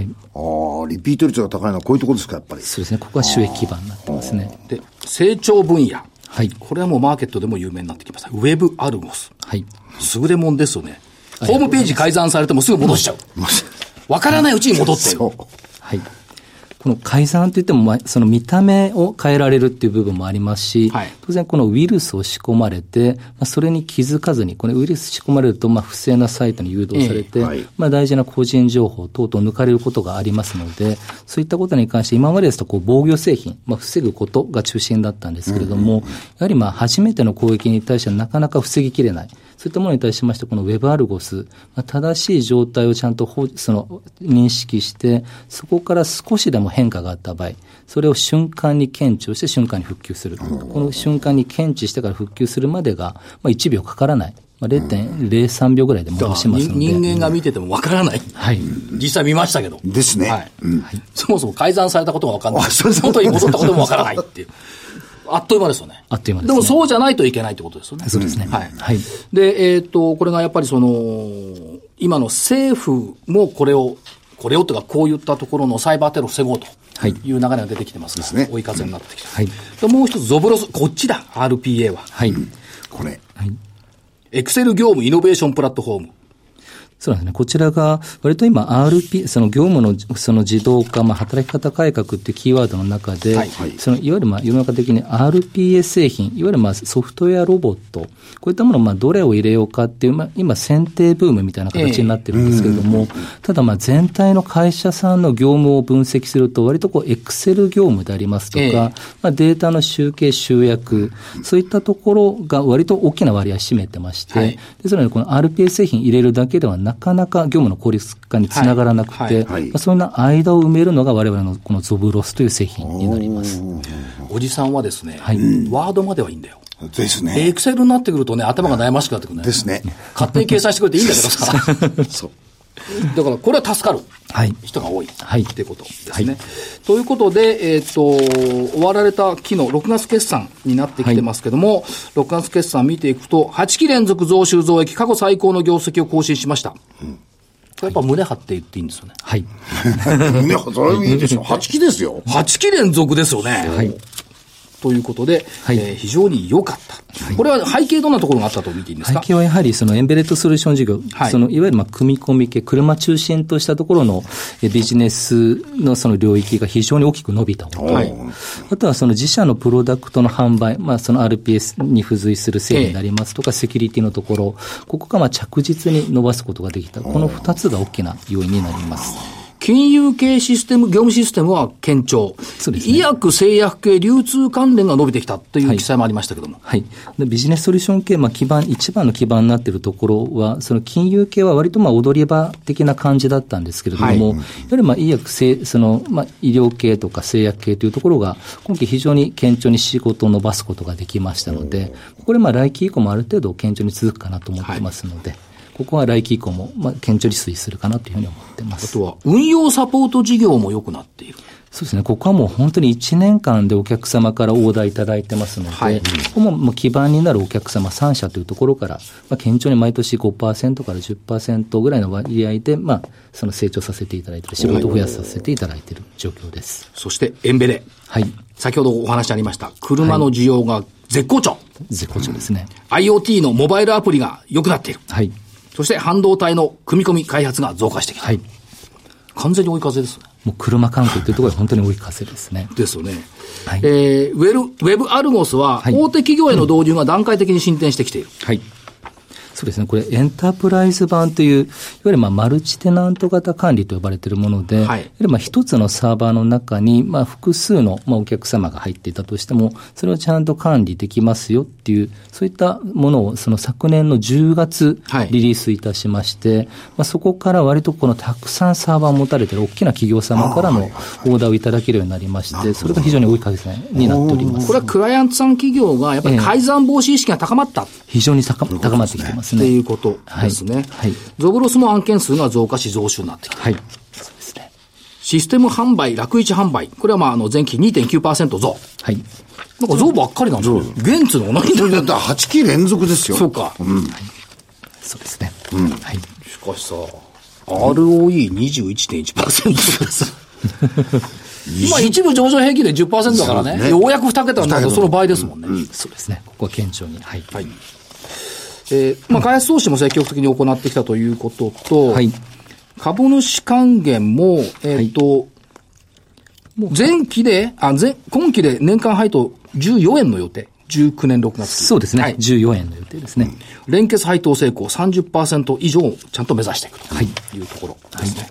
Speaker 3: ああ、
Speaker 4: い。
Speaker 3: リピート率が高いのはこういうところですか、やっぱり。
Speaker 4: そうですね。ここは収益基盤になってますね。
Speaker 1: で、成長分野。
Speaker 4: はい
Speaker 1: これはもうマーケットでも有名になってきました。ウェブアルゴス。
Speaker 4: はい。
Speaker 1: 優れもんですよね。ホームページ改ざんされてもすぐ戻しちゃう。わからないうちに戻ってる。
Speaker 3: そう。
Speaker 4: はい。この改ざんといっても、まあ、その見た目を変えられるっていう部分もありますし、
Speaker 1: はい
Speaker 4: 当然このウイルスを仕込まれて、まあ、それに気づかずに、このウイルス仕込まれると、まあ、不正なサイトに誘導されて、
Speaker 3: ええはい
Speaker 4: まあ、大事な個人情報等々抜かれることがありますので、そういったことに関して、今までですとこう防御製品、まあ、防ぐことが中心だったんですけれども、やはりまあ初めての攻撃に対してはなかなか防ぎきれない。そういったものに対しまして、このウェブアルゴス、まあ正しい状態をちゃんとほその認識して、そこから少しでも変化があった場合、それを瞬間に検知をして瞬間に復旧する。この瞬間に検知してから復旧するまでが、まあ、1秒かからない。まあ、0.03秒ぐらいで
Speaker 1: だ
Speaker 4: 戻し
Speaker 1: から
Speaker 4: ます
Speaker 1: 人
Speaker 4: ので。
Speaker 1: 人間が見ててもわからない。
Speaker 4: はい。
Speaker 1: 実際見ましたけど。
Speaker 3: ですね
Speaker 1: はい。そもそも改ざんされたことがわかんない。
Speaker 3: あそうそう
Speaker 1: 元に戻ったこともわからないっていう。あっという間ですよね。
Speaker 4: あっという間です
Speaker 1: で
Speaker 4: ね
Speaker 1: もそうじゃないといけないってことですよね。
Speaker 4: そうですね。
Speaker 1: はい。
Speaker 4: はい。
Speaker 1: で、えっ、と、これがやっぱりその、今の政府もこれを、これをというか、こういったところのサイバーテロを防ごうと
Speaker 4: はい
Speaker 1: いう流れが出てきてますから、
Speaker 3: ですね
Speaker 1: 追い風になってきてます、
Speaker 4: はい
Speaker 1: でもう一つ、ゾブロス、こっちだ、RPA は。
Speaker 4: はい。
Speaker 3: これ。
Speaker 1: エクセル業務イノベーションプラットフォーム。
Speaker 4: そうなんですね。こちらが、割と今 RP、その業務のその自動化、まあ、働き方改革っていうキーワードの中で、
Speaker 1: はい
Speaker 4: い
Speaker 1: はい
Speaker 4: そのいわゆるまあ世の中的に RPA 製品、いわゆるまあソフトウェアロボット、こういったものをまあどれを入れようかっていう、まあ、今、選定ブームみたいな形になってるんですけれども、ただまあ全体の会社さんの業務を分析すると、割とこう、エクセル業務でありますとか、
Speaker 1: ええ
Speaker 4: まあ、データの集計、集約、そういったところが割と大きな割合を占めてまして、
Speaker 1: はい
Speaker 4: ですので、この RPA 製品入れるだけではなかなか業務の効率化につながらなくて、
Speaker 1: はいはい
Speaker 3: はい
Speaker 4: まあそんな間を埋めるのが我々のこのゾブロスという製品になります。
Speaker 1: おじさんはですね、
Speaker 4: はい
Speaker 1: ワードまではいいんだよ。
Speaker 3: ですね。
Speaker 1: エクセルになってくるとね、頭が悩ましくなってくるね。
Speaker 3: で すね。
Speaker 1: 勝手に計算してくれていいんだけどさ。
Speaker 3: そう。
Speaker 1: だからこれは助かる。
Speaker 4: はい。
Speaker 1: 人が多い、
Speaker 4: はい
Speaker 1: ってことですね。
Speaker 4: はい
Speaker 1: ということで、えっと終わられた期の6月決算になってきてますけども、6月決算見ていくと、8期連続増収増益、過去最高の業績を更新しました。これやっぱ胸張って言っていいんですよね。
Speaker 4: は い。
Speaker 3: ね、それもいい でしょ。8期ですよ。
Speaker 1: 8期連続ですよね。
Speaker 4: はい。
Speaker 1: ということで、
Speaker 4: はい
Speaker 1: えー非常に良かった、これは背景どんなところがあったと見ていいんです
Speaker 4: 背
Speaker 1: か
Speaker 4: 景はやはりそのエンベレットソリューション事業、
Speaker 1: はい
Speaker 4: い、そのいわゆるまあ組み込み系、車中心としたところのえビジネスのその領域が非常に大きく伸びたこと。
Speaker 1: はい
Speaker 4: あとはその自社のプロダクトの販売、まあ、その RPS に付随する製品になりますとか、セキュリティのところ、ここがまあ着実に伸ばすことができた、この2つが大きな要因になります。
Speaker 1: 金融系システム、業務システムは堅調。
Speaker 4: そうですね
Speaker 1: 医薬、製薬系、流通関連が伸びてきたという
Speaker 4: はい
Speaker 1: 記載もありましたけども。
Speaker 4: はい、でビジネスソリューション系、まあ、基盤一番の基盤になっているところは、その金融系は割とまあ踊り場的な感じだったんですけれども、
Speaker 1: はい
Speaker 4: やはりまあ医薬製その、まあ、医療系とか製薬系というところが、今期非常に堅調に仕事を伸ばすことができましたので、これ、まあ来期以降もある程度、堅調に続くかなと思ってますので、ここは来期以降も、まあ、堅調に推移するかなというふうに思ってま
Speaker 1: あ
Speaker 4: す
Speaker 1: と。は、運用サポート事業も良くなっている。
Speaker 4: そうですね、ここはもう本当に1年間でお客様からオーダーいただいてますので、
Speaker 1: はい
Speaker 4: ここももう基盤になるお客様3社というところから、まあ、堅調に毎年5%から10%ぐらいの割合で、まあ、その成長させていただいてる、仕事を増やさせていただいている状況です。
Speaker 1: そして、エンベレ。
Speaker 4: はい、
Speaker 1: 先ほどお話ありました。車の需要が絶好調。
Speaker 4: 絶好調ですね。
Speaker 1: IoT のモバイルアプリが良くなっている。
Speaker 4: はい、
Speaker 1: そして、半導体の組み込み開発が増加してきた。
Speaker 4: はい、
Speaker 1: 完全に追い風ですね。
Speaker 4: もう車関係というところが本当に追い風ですね。
Speaker 1: ですよね。
Speaker 4: はい
Speaker 1: えーウェル、ウェブアルゴスは、
Speaker 4: はい
Speaker 1: 大手企業への導入が段階的に進展してきている。
Speaker 4: はい。そうですね、これ、エンタープライズ版という、いわゆるまあマルチテナント型管理と呼ばれているもので、
Speaker 1: はい
Speaker 4: いわゆるまあ一つのサーバーの中に、まあ、複数のまあお客様が入っていたとしても、それをちゃんと管理できますよっていう、そういったものをその昨年の10月
Speaker 1: はい、
Speaker 4: リリースいたしまして、まあ、そこから割とこのたくさんサーバーを持たれている大きな企業様からもオーダーをいただけるようになりまして、それが非常に多い数になっております
Speaker 1: こ。れはクライアントさん企業がやっぱり改ざん防止意識が高まったっ
Speaker 4: 非常に高高まってきてます
Speaker 1: てい
Speaker 4: ね。
Speaker 1: うことですね。
Speaker 4: はいはい
Speaker 1: ゾブロスも案件数が増加し増収になってきた。
Speaker 4: はい。そうですね。
Speaker 1: システム販売、楽市販売。これはまあ、あの、前期2.9%増。
Speaker 4: はい。
Speaker 1: なんか増ばっかりなんですよ。ゲンツの同じ
Speaker 3: それだったら8期連続です よ。
Speaker 1: そうか。
Speaker 4: そうですね。はい。
Speaker 1: しかしさ、ROE21.1% です。まあ一部上場平均で10%だからね
Speaker 3: そうね
Speaker 1: ようやく2桁になると
Speaker 3: 二桁
Speaker 1: その倍ですもんね。
Speaker 4: そうですね。ここは顕著に。はい。
Speaker 1: はい。えーまあ、開発投資も積極的に行ってきたということと、
Speaker 4: はい
Speaker 1: 株主還元も、えーっと、前期で、あ、前、今期で年間配当14円の予定。19年6月。
Speaker 4: そうですね。
Speaker 1: はい。
Speaker 4: 14円の予定ですね。
Speaker 1: 連結配当成功30%以上をちゃんと目指していくというところですね。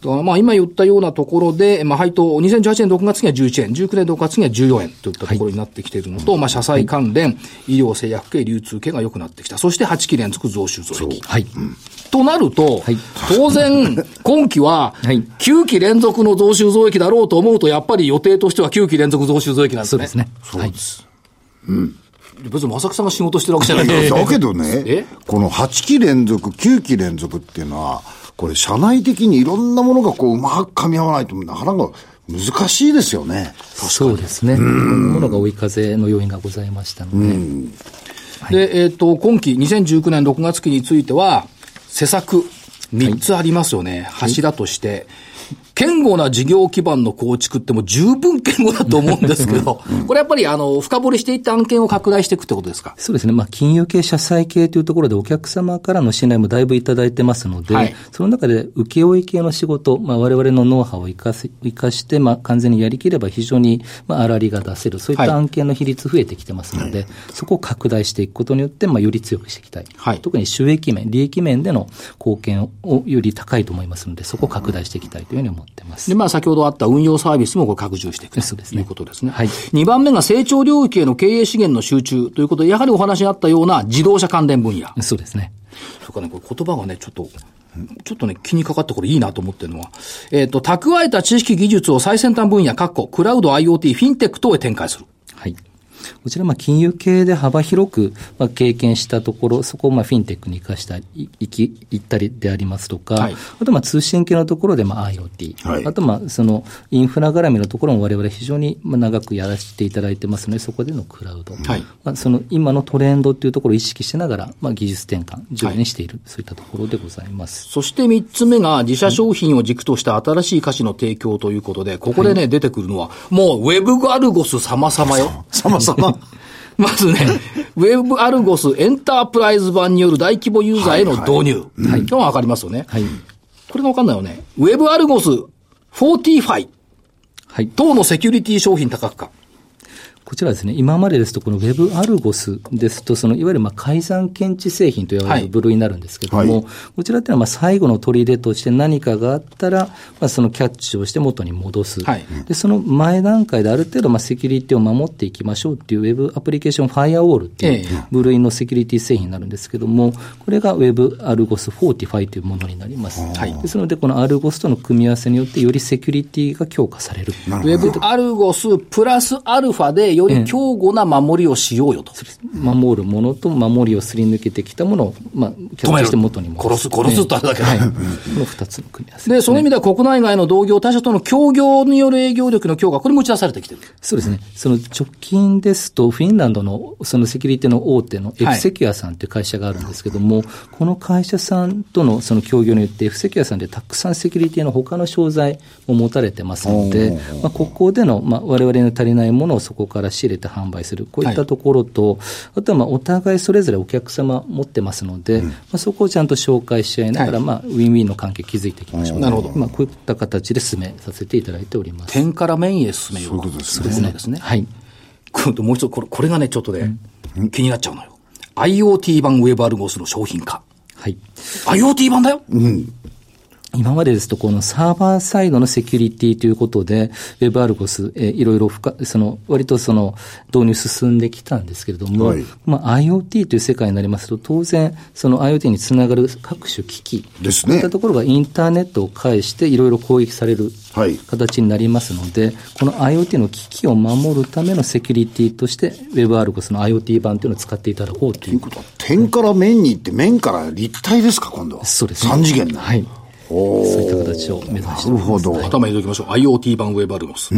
Speaker 1: だからまあ今言ったようなところで、まあ、配当、2018年6月には11円、19年6月には14円といったところになってきているのと、まあ、社債関連、医療製薬系、流通系が良くなってきた。そして8期連続増収増益。
Speaker 4: はい。
Speaker 1: となると、
Speaker 4: はい
Speaker 1: 当 然、今期は
Speaker 4: はい
Speaker 1: 9期連続の増収増益だろうと思うと、やっぱり予定としては9期連続増収増益なんです
Speaker 4: そう
Speaker 1: ね。
Speaker 4: ですね。
Speaker 3: そう
Speaker 4: はい
Speaker 3: で。す。
Speaker 1: 別に正木さんが仕事してるわけじゃない
Speaker 3: い
Speaker 1: か
Speaker 3: や
Speaker 1: ら
Speaker 3: だけど
Speaker 1: え
Speaker 3: ね、この8期連続、9期連続っていうのは、これ、社内的にいろんなものがこう、うまく噛み合わないと、なかなか難しいですよね。
Speaker 4: そうですね。こういうものが追い風の要因がございましたので。
Speaker 1: で、えっ、と、今期、2019年6月期については、施策、3つありますよね。柱として。堅固な事業基盤の構築ってもう十分堅固だと思うんですけど、これやっぱりあの、深掘りしていった案件を拡大していくってことですか
Speaker 4: そうですね。まあ、金融系、社債系というところでお客様からの信頼もだいぶいただいてますので、
Speaker 1: はい
Speaker 4: その中で請負系の仕事、まあ、我々のノウハウを生かせ生かして、まあ、完全にやりきれば非常に、まあ、粗利が出せる、そういっ
Speaker 1: はい
Speaker 4: た案件の比率増えてきてますので、そこを拡大していくことによって、まあ、より強くしていきたい。
Speaker 1: はい
Speaker 4: 特に収益面、利益面での貢献ををより高いと思いますので、そこを拡大していきたいというふうに思ってます
Speaker 1: で、。まあ先ほどあった運用サービスもこれ拡充していく
Speaker 4: そうです
Speaker 1: と
Speaker 4: ね
Speaker 1: いうことですね。
Speaker 4: はい
Speaker 1: 2番目が成長領域への経営資源の集中ということで、やはりお話にあったような自動車関連分野。
Speaker 4: そうですね。
Speaker 1: とかね、これ言葉がね、ちょっと、ちょっとね、気にかかってこれいいなと思ってるのは、えっ、と、蓄えた知識技術を最先端分野、括弧クラウド、IoT、フィンテック等へ展開する。
Speaker 4: はい。こちら、まあ、金融系で幅広く、まあ、経験したところ、そこを、まあ、フィンテックに生かしたり、いいき、行ったりでありますとか、
Speaker 1: はい
Speaker 4: あと、まあ、通信系のところで、まあ、IoT、
Speaker 3: はい
Speaker 4: あと、まあ、その、インフラ絡みのところも我々非常に、まあ、長くやらせていただいてますので、そこでのクラウド。
Speaker 1: はい
Speaker 4: まあ、その、今のトレンドっていうところを意識しながら、まあ、技術転換、上にしている、そういったところでございます。
Speaker 1: そして3つ目が、自社商品を軸とした新しい価値の提供ということで、ここでね、出てくるのは、もう、ウェブアルゴス様々よ。
Speaker 3: さまさま。
Speaker 1: まずね、ウェブアルゴスエンタープライズ版による大規模ユーザーへの導入。はい。これはわかりますよね。
Speaker 4: はい。
Speaker 1: これがわかんないよね。ウェブアルゴス45
Speaker 4: はい。
Speaker 1: 等のセキュリティ商品多角化。
Speaker 4: こちらですね、今までですと、この Web アルゴスですと、そのいわゆるまあ改ざん検知製品といわ
Speaker 1: は
Speaker 4: れ
Speaker 1: い
Speaker 4: る部類になるんですけれども、
Speaker 3: はい
Speaker 4: こちらっていうのはまあ最後の取り入れとして何かがあったら、まあ、そのキャッチをして元に戻す、
Speaker 1: はい
Speaker 4: でその前段階である程度まあセキュリティを守っていきましょうっていう Web アプリケーションファイアウォールって
Speaker 1: え
Speaker 4: い
Speaker 1: え
Speaker 4: う部類のセキュリティ製品になるんですけども、これが Web アルゴス45というものになります。
Speaker 1: い
Speaker 4: ですので、このアルゴスとの組み合わせによって、よりセキュリティが強化される。
Speaker 1: ウェブアルゴスプラスアルファでより強固な守りをしようよと。
Speaker 4: 守るものと守りをすり抜けてきたものを、まあ、キャッチして元に戻す。
Speaker 1: 止める殺す殺すとあれだけど
Speaker 4: はい。この二つの組み合わせ。
Speaker 1: で、その意味では国内外の同業他社との協業による営業力の強化、これも打ち出されてきてる。
Speaker 4: そうですね。その直近ですと、フィンランドのそのセキュリティの大手のエ
Speaker 1: はい
Speaker 4: フセキュアさんという会社があるんですけども、この会社さんとのその協業によって、エフセキュアさんでたくさんセキュリティの他の商材を持たれてますので、まあ、ここでの、まあ、我々の足りないものをそこから仕入れて販売する、こういったところと、あとはまあお互いそれぞれお客様持ってますので、まあ、そこをちゃんと紹介し合いなが
Speaker 1: は
Speaker 4: ら、
Speaker 1: い
Speaker 4: まあ、ウィンウィンの関係築いていきましょう、
Speaker 1: なるほど
Speaker 4: まあ、こういった形で進めさせていただいております。
Speaker 1: 点から面へ進めよう
Speaker 3: そういうことですね
Speaker 1: そういうことですね。
Speaker 4: はい
Speaker 1: 今度もう一つ、これ、これがね、ちょっとね、気になっちゃうのよ。 IoT 版ウェブアルゴスの商品化。
Speaker 4: はい。
Speaker 1: IoT 版だよ、
Speaker 4: 今までですと、このサーバーサイドのセキュリティということで、ウェブアルゴス、えーいろいろ深、その、割とその、導入進んできたんですけれども、
Speaker 3: はい
Speaker 4: まあ、IoT という世界になりますと、当然、その IoT につながる各種機器、
Speaker 3: です
Speaker 4: そうい
Speaker 3: ね
Speaker 4: ったところがインターネットを介して、いろいろ攻撃される
Speaker 3: はい
Speaker 4: 形になりますので、この IoT の機器を守るためのセキュリティとして、ウェブアルゴスの IoT 版というのを使っていただこうと
Speaker 3: と
Speaker 4: い
Speaker 3: いう
Speaker 4: う。
Speaker 3: ことは、点から面に行って、面から立体ですか、今度は。
Speaker 4: そうですね。
Speaker 3: 3次元の。
Speaker 4: はい。そういった形を目指しております。
Speaker 3: なるほど。
Speaker 1: 頭に入れておきましょう。IoT 版ウェブアルゴス。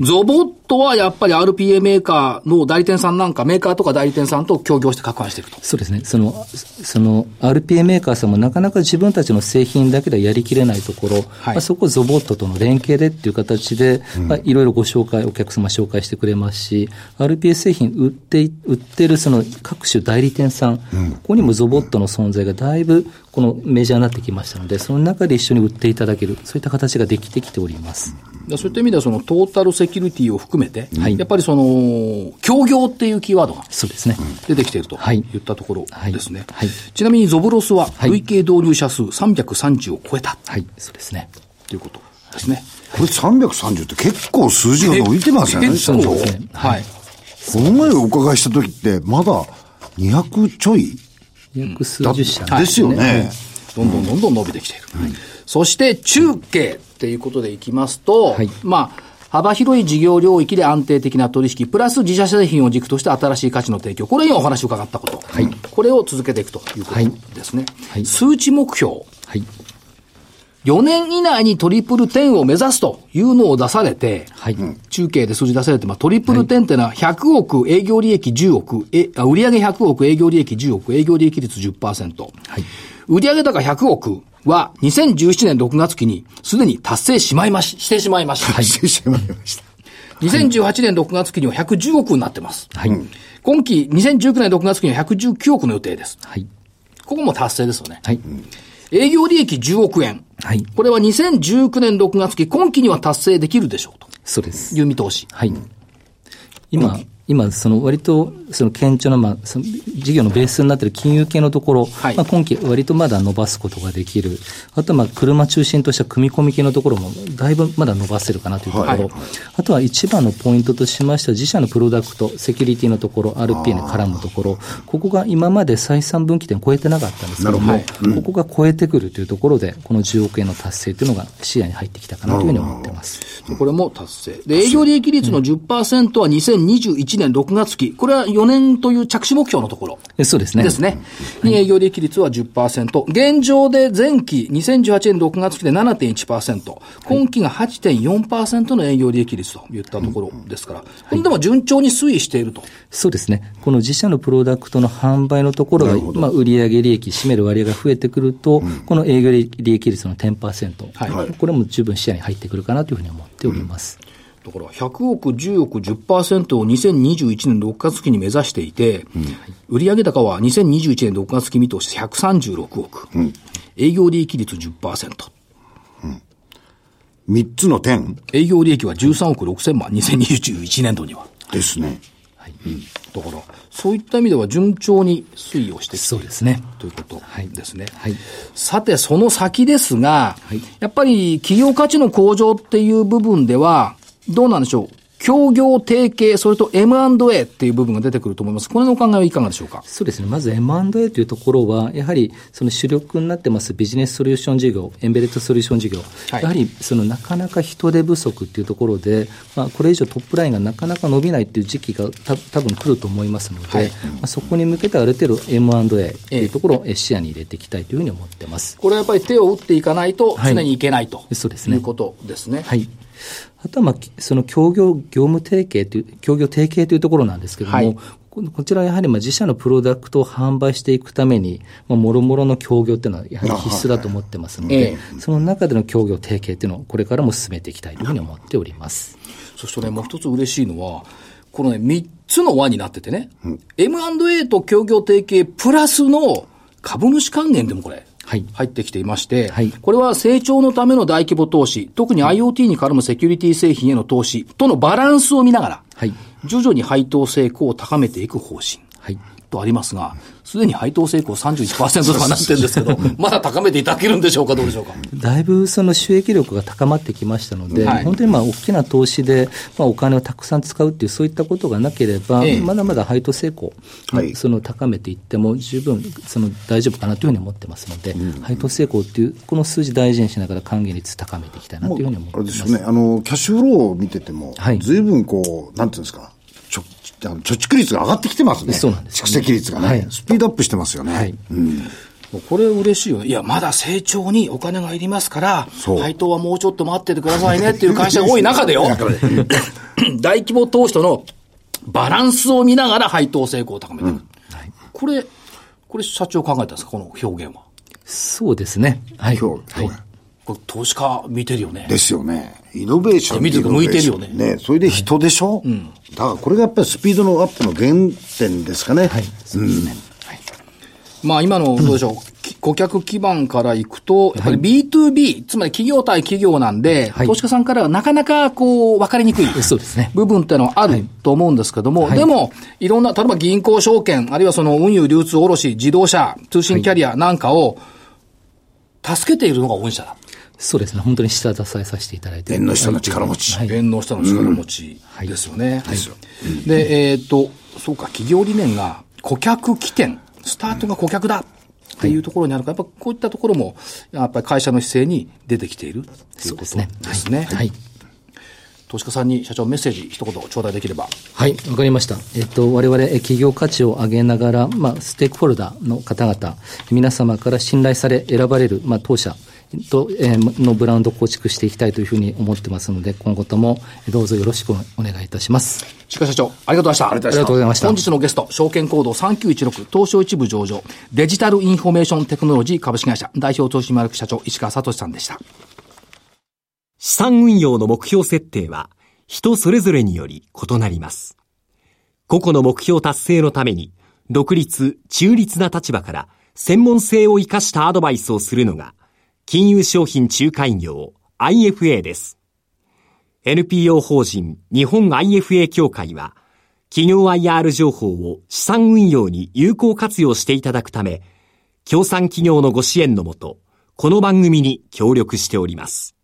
Speaker 1: ゾボットはやっぱり RPA メーカーの代理店さんなんか、メーカーとか代理店さんと協業して攪拌していくと。
Speaker 4: そうですね。その、その、RPA メーカーさんもなかなか自分たちの製品だけではやりきれないところ、
Speaker 1: はい
Speaker 4: まあ、そこをゾボットとの連携でっていう形で、まあ、いろいろご紹介、お客様紹介してくれますし、RPA 製品売ってい、売ってるその各種代理店さん、ここにもゾボットの存在がだいぶ、このメジャーになってきましたので、その中で一緒に売っていただける、そういった形ができてきております。
Speaker 1: でそういった意味では、そのトータルセキュリティを含めて、
Speaker 4: はい
Speaker 1: やっぱりその、協業っていうキーワードが
Speaker 4: そうですね。
Speaker 1: 出てきていると
Speaker 4: はい
Speaker 1: 言ったところですね。
Speaker 4: はいはい
Speaker 1: ちなみにゾブロスはい累計導入者数330を超えた
Speaker 4: はい、そうですね。
Speaker 1: ということですね。
Speaker 3: これ330って結構数字が伸びてますよね。
Speaker 1: 結
Speaker 3: こ
Speaker 1: 構
Speaker 4: そうですね
Speaker 1: はい。
Speaker 3: の前お伺いした時って、まだ200ちょい
Speaker 4: 約数
Speaker 3: だっ
Speaker 4: 十社、
Speaker 3: たですよね。
Speaker 1: どんどんどんどん伸びてきている。そして中継っていうことでいきますと、
Speaker 4: はい
Speaker 1: まあ、幅広い事業領域で安定的な取引、プラス自社製品を軸として新しい価値の提供。これにお話を伺ったこと。これを続けていくということですね。
Speaker 4: はい
Speaker 1: 数値目標。
Speaker 4: はい。
Speaker 1: 4年以内にトリプル10を目指すというのを出されて、
Speaker 4: はい。
Speaker 1: 中継で数字出されて、まあ、トリプル10ってのは100億、営業利益10億、えあ売上100億、営業利益10億、営業利益率10%。
Speaker 4: はい
Speaker 1: 売上高100億は2017年6月期にすでに達成しまいまし、してしまいました。
Speaker 3: 失礼しまいま した。
Speaker 1: 2018年6月期には110億になってます。
Speaker 4: はい。
Speaker 1: 今期2019年6月期には119億の予定です。
Speaker 4: はい。
Speaker 1: ここも達成ですよね。
Speaker 4: はい。
Speaker 1: 営業利益10億円。
Speaker 4: はい。
Speaker 1: これは2019年6月期、今期には達成できるでしょうと
Speaker 4: そうです。
Speaker 1: いう見通し。
Speaker 4: はい。今、今、その割と、その堅調な、まあ、その事業のベースになっている金融系のところ、
Speaker 1: はい
Speaker 4: まあ今期割とまだ伸ばすことができる。あとはまあ車中心とした組み込み系のところも、だいぶまだ伸ばせるかなというところ。
Speaker 1: はい
Speaker 4: あとは一番のポイントとしましては、自社のプロダクト、セキュリティのところ、RPA に絡むところ、ここが今まで採算分岐点を超えてなかったんですけども、
Speaker 3: なる
Speaker 4: ここが超えてくるというところで、この10億円の達成というのが視野に入ってきたかなというふうに思ってます。
Speaker 1: これも達成。で、営業利益率の10%は2021年6月期。これは4年という着手目標のところ。
Speaker 4: えそうですね。
Speaker 1: ですね。に営業利益率は10%。現状で前期、2018年6月期で7.1%。今期が8.4%の営業利益率といったところですから。これでも順調に推移していると。
Speaker 4: そうですね。この自社のプロダクトの販売のところが、まあ、売上利益、占める割合が増えてくると、この営業利益率の10%、
Speaker 1: はい
Speaker 4: これも十分視野に入ってくるかなというふうに思っております。
Speaker 1: だから100億、10億、10%を2021年6月期に目指していて、売上高は2021年6月期見通して136億、営業利益率10%、
Speaker 3: 3つの点
Speaker 1: 営業利益は13億6千万、2021年度には。
Speaker 3: ですね。
Speaker 1: だから、そういった意味では順調に推移をしてきて
Speaker 4: そ
Speaker 1: いうる
Speaker 4: ですね。
Speaker 1: ということ
Speaker 4: はい
Speaker 1: ですね。
Speaker 4: はい。
Speaker 1: さて、その先ですが、
Speaker 4: はい
Speaker 1: やっぱり企業価値の向上っていう部分では、どうなんでしょう。協業提携、それと M&A っていう部分が出てくると思います。これのお考えはいかがでしょうか。
Speaker 4: そうですね。まず M&A というところは、やはりその主力になってますビジネスソリューション事業、エンベレッドソリューション事業、
Speaker 1: はい
Speaker 4: やはりそのなかなか人手不足っていうところで、まあ、これ以上トップラインがなかなか伸びないっていう時期がた多分来ると思いますので、
Speaker 1: はい
Speaker 4: まあ、そこに向けてある程度 M&A っていうところをえ視野に入れていきたいというふうに思ってます。
Speaker 1: これはやっぱり手を打っていかないと
Speaker 4: は
Speaker 1: 常
Speaker 4: い
Speaker 1: にいけないと、
Speaker 4: そうですね
Speaker 1: いうことですね。
Speaker 4: はい。あとは、まあ、きその協業業務提携という、協業提携というところなんですけども、
Speaker 1: はい
Speaker 4: ここちらはやはりまあ自社のプロダクトを販売していくために、まあ、もろもろの協業というのはやはり必須だと思ってますの
Speaker 1: え
Speaker 4: で、
Speaker 1: え
Speaker 4: その中での協業提携というのをこれからも進めていきたいというふうに思っております。
Speaker 1: そしてね、もう一つ嬉しいのは、このね、三つの輪になっててね、M&A と協業提携プラスの株主還元でもこれ、
Speaker 4: はい
Speaker 1: 入ってきていまして、
Speaker 4: はい
Speaker 1: これは成長のための大規模投資、特に IoT に絡むセキュリティ製品への投資とのバランスを見ながら、
Speaker 4: はい。
Speaker 1: 徐々に配当成功を高めていく方針
Speaker 4: はい。
Speaker 1: とありますが、すでに配当成功31%とかなってるんですけど、まだ高めていただけるんでしょうか、どうでしょうか。
Speaker 4: だいぶその収益力が高まってきましたので、
Speaker 1: はい
Speaker 4: 本当にまあ大きな投資で、まあ、お金をたくさん使うっていう、そういったことがなければ、
Speaker 1: ええ
Speaker 4: まだまだ配当成功、
Speaker 3: はい
Speaker 4: その高めていっても、十分その大丈夫かなというふうに思ってますので、配当成功っていう、この数字大事にしながら還元率高めていきたいなというふうに思って
Speaker 3: あれ
Speaker 4: ま
Speaker 3: です
Speaker 4: す。
Speaker 3: よね、あの、キャッシュフローを見てても、
Speaker 4: はい
Speaker 3: ずいぶんこう、なんていうんですか、ちょあの貯蓄率が上がってきてますね。
Speaker 4: そうなんですよ
Speaker 3: 蓄
Speaker 4: ね
Speaker 3: 積率がね、
Speaker 4: はい
Speaker 3: スピードアップしてますよね。
Speaker 4: はい
Speaker 1: これ嬉しいよね。いや、まだ成長にお金がいりますから、
Speaker 3: そう
Speaker 1: 配当はもうちょっと待っててくださいねっていう会社が多い中で よ。 大規模投資とのバランスを見ながら配当成功を高めていく。これ、これ社長考えたんですかこの表現は。
Speaker 4: そうですね。はい。
Speaker 3: 今日、
Speaker 4: はい
Speaker 3: 今日
Speaker 1: これ投資家見てるよね。
Speaker 3: ですよね。イノベーション
Speaker 1: 見てると向いてるよね
Speaker 3: イノベーションそれで人でしょ、だからこれがやっぱりスピードのアップの原点ですかね。はい。うん。
Speaker 1: まあ今の、どうでしょう、き顧客基盤からいくと、やっぱり B2B、つまり企業対企業なんで、
Speaker 4: はい
Speaker 1: 投資家さんからはなかなかこう、分かりにくい。
Speaker 4: そうですね
Speaker 1: 部分ってのはあると思うんですけども、
Speaker 4: はい
Speaker 1: でも、いろんな、例えば銀行証券、あるいはその運輸流通卸、自動車、通信キャリアなんかを、助けているのが御社だ。
Speaker 4: そうですね。本当に下支えさせていただいて。
Speaker 3: 縁の下の力持ち。
Speaker 4: はい
Speaker 1: 縁の下の力持ち
Speaker 4: い
Speaker 1: ですよね。ですよで、えっ、と、そうか、企業理念が顧客起点、スタートが顧客だっていうところにあるから、やっぱこういったところも、やっぱり会社の姿勢に出てきているっていうことですね。
Speaker 4: はい。
Speaker 1: 投資家さんに社長メッセージ一言頂戴できれば。
Speaker 4: はい、わかりました。えっと、我々、え企業価値を上げながら、まあ、ステークホルダーの方々、皆様から信頼され、選ばれる、まあ、当社と、えーのブランドを構築していきたいというふうに思ってますので、今後とも、どうぞよろしくお願いいたします。
Speaker 1: 石川社長、ありがとうございました。あり
Speaker 4: がとうございました
Speaker 1: 本日のゲスト、証券コード3916、東証一部上場、デジタルインフォメーションテクノロジー株式会社、代表投資マルク社長、石川聡さんでした。
Speaker 5: 資産運用の目標設定は人それぞれにより異なります。個々の目標達成のために独立、中立な立場から専門性を生かしたアドバイスをするのが金融商品仲介業 IFA です。NPO 法人日本 IFA 協会は企業 IR 情報を資産運用に有効活用していただくため、協賛企業のご支援のもと、この番組に協力しております。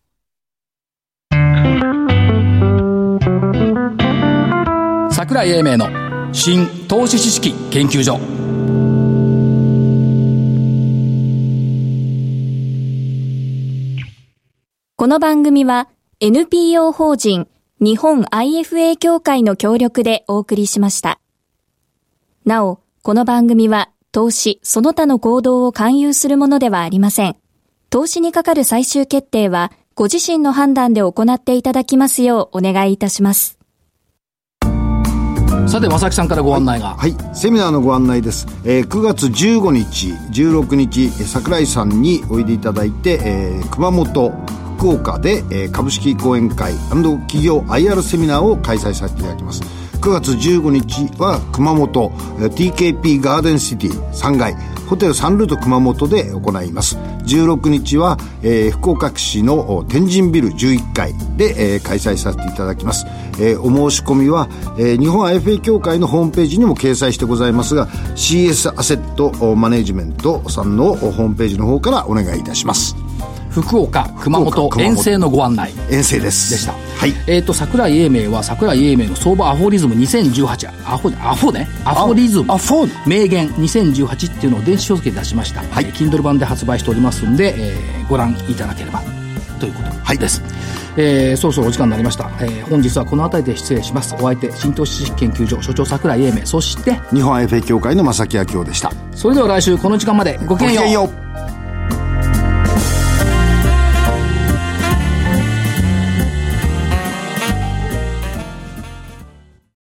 Speaker 1: 桜井英明の新投資知識研究所
Speaker 2: この番組は NPO 法人日本 IFA 協会の協力でお送りしました。なお、この番組は投資その他の行動を勧誘するものではありません。投資にかかる最終決定はご自身の判断で行っていただきますようお願いいたします。
Speaker 1: さて正木さんからご案内が、
Speaker 3: はい、セミナーのご案内です、えー9月15日16日えー桜井さんにおいでいただいて、えー熊本福岡で、えー株式講演会企業 IR セミナーを開催させていただきます9月15日は熊本えー TKP ガーデンシティ3階ホテルサンルート熊本で行います16日は、えー福岡市のお天神ビル11階で、えー開催させていただきます、えーお申し込みは、えー日本 IFA 協会のホームページにも掲載してございますが CS アセットおマネジメントさんのおホームページの方からお願いいたします
Speaker 1: 福岡熊本
Speaker 3: 熊本
Speaker 1: 遠征のご案内
Speaker 3: 遠征です
Speaker 1: でした、
Speaker 3: はい
Speaker 1: えっ、と桜井英明は桜井英明の相場アフォリズム2018アフォアフォねアフォリズム
Speaker 3: アフォ
Speaker 1: 名言2018っていうのを電子書籍で出しました、
Speaker 3: はい
Speaker 1: えー Kindle 版で発売しておりますんで、えーご覧いただければということです、えーそろそろお時間になりました、えー本日はこの辺りで失礼しますお相手新投資知識研究所所長桜井英明そして
Speaker 3: 日本 IFA 協会の正木明夫でした
Speaker 1: それでは来週この時間までごきげんよう
Speaker 3: う